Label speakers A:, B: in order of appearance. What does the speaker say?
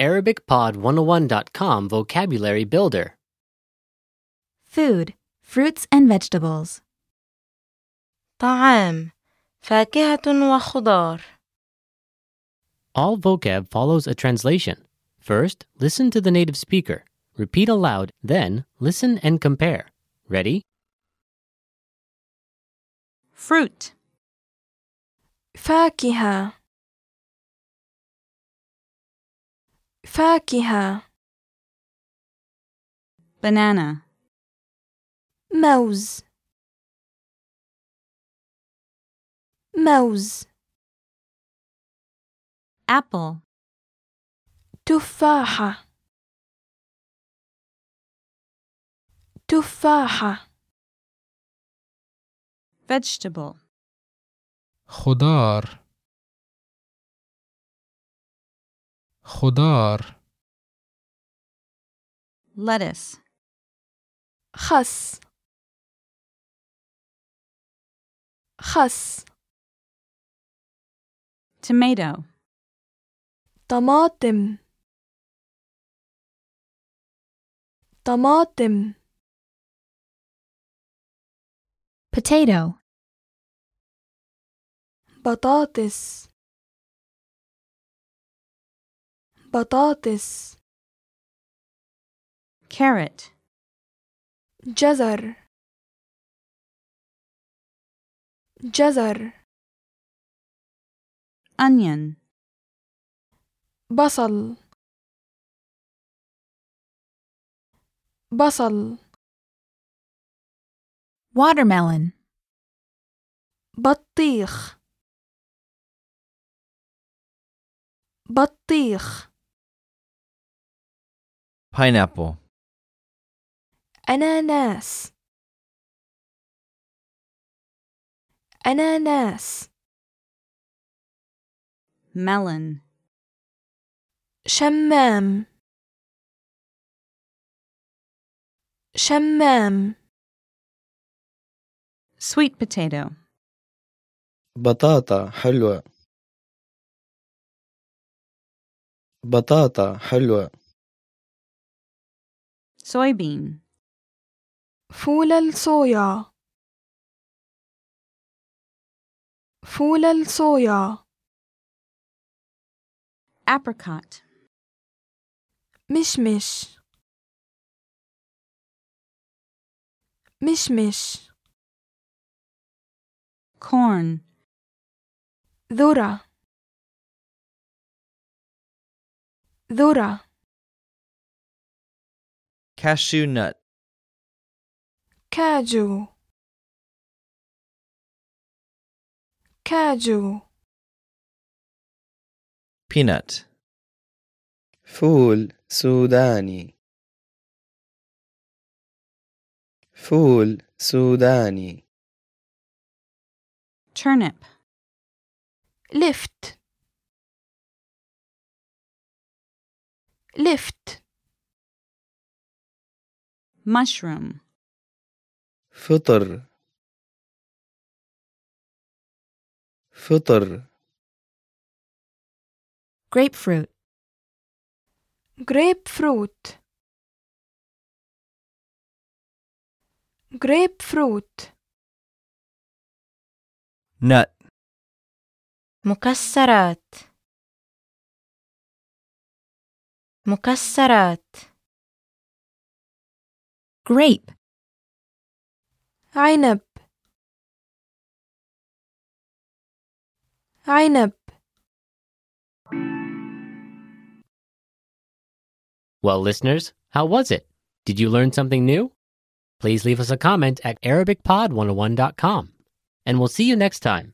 A: ArabicPod101.com Vocabulary Builder.
B: Food, fruits and vegetables.
C: طعام فاكهة وخضار
A: All vocab follows a translation. First, listen to the native speaker. Repeat aloud, then, listen and compare. Ready?
C: fruit
B: فاكهة. فاكهة.
C: banana
B: موز. موز.
C: apple
B: تفاحة. تفاحة.
C: vegetable
D: خضار خضار
C: lettuce
B: خس. خس.
C: tomato
B: طماطم طماطم
C: potato
B: بطاطس بطاطس
C: carrot
B: جزر جزر
C: onion
B: بصل بصل
C: watermelon
B: بطيخ بطيخ
E: Pineapple.
B: أناناس أناناس
C: melon
B: شمام شمام
C: sweet potato
F: بطاطا حلوة بطاطا حلوة
C: soybean
B: فول الصويا فول الصويا
C: apricot
B: مشمش مشمش
C: corn
B: ذرة ذرة
E: Cashew nut.
B: كاجو كاجو
E: Peanut.
F: فول سوداني فول سوداني
C: turnip
B: لفت لفت
C: mushroom
F: فطر فطر
C: grapefruit
B: جريب فروت جريب فروت
E: Nut.
C: مكسرات مكسرات grape
B: عنب عنب
A: Well, listeners, how was it? Did you learn something new? oh Please leave us a comment at ArabicPod101.com. And we'll see you next time.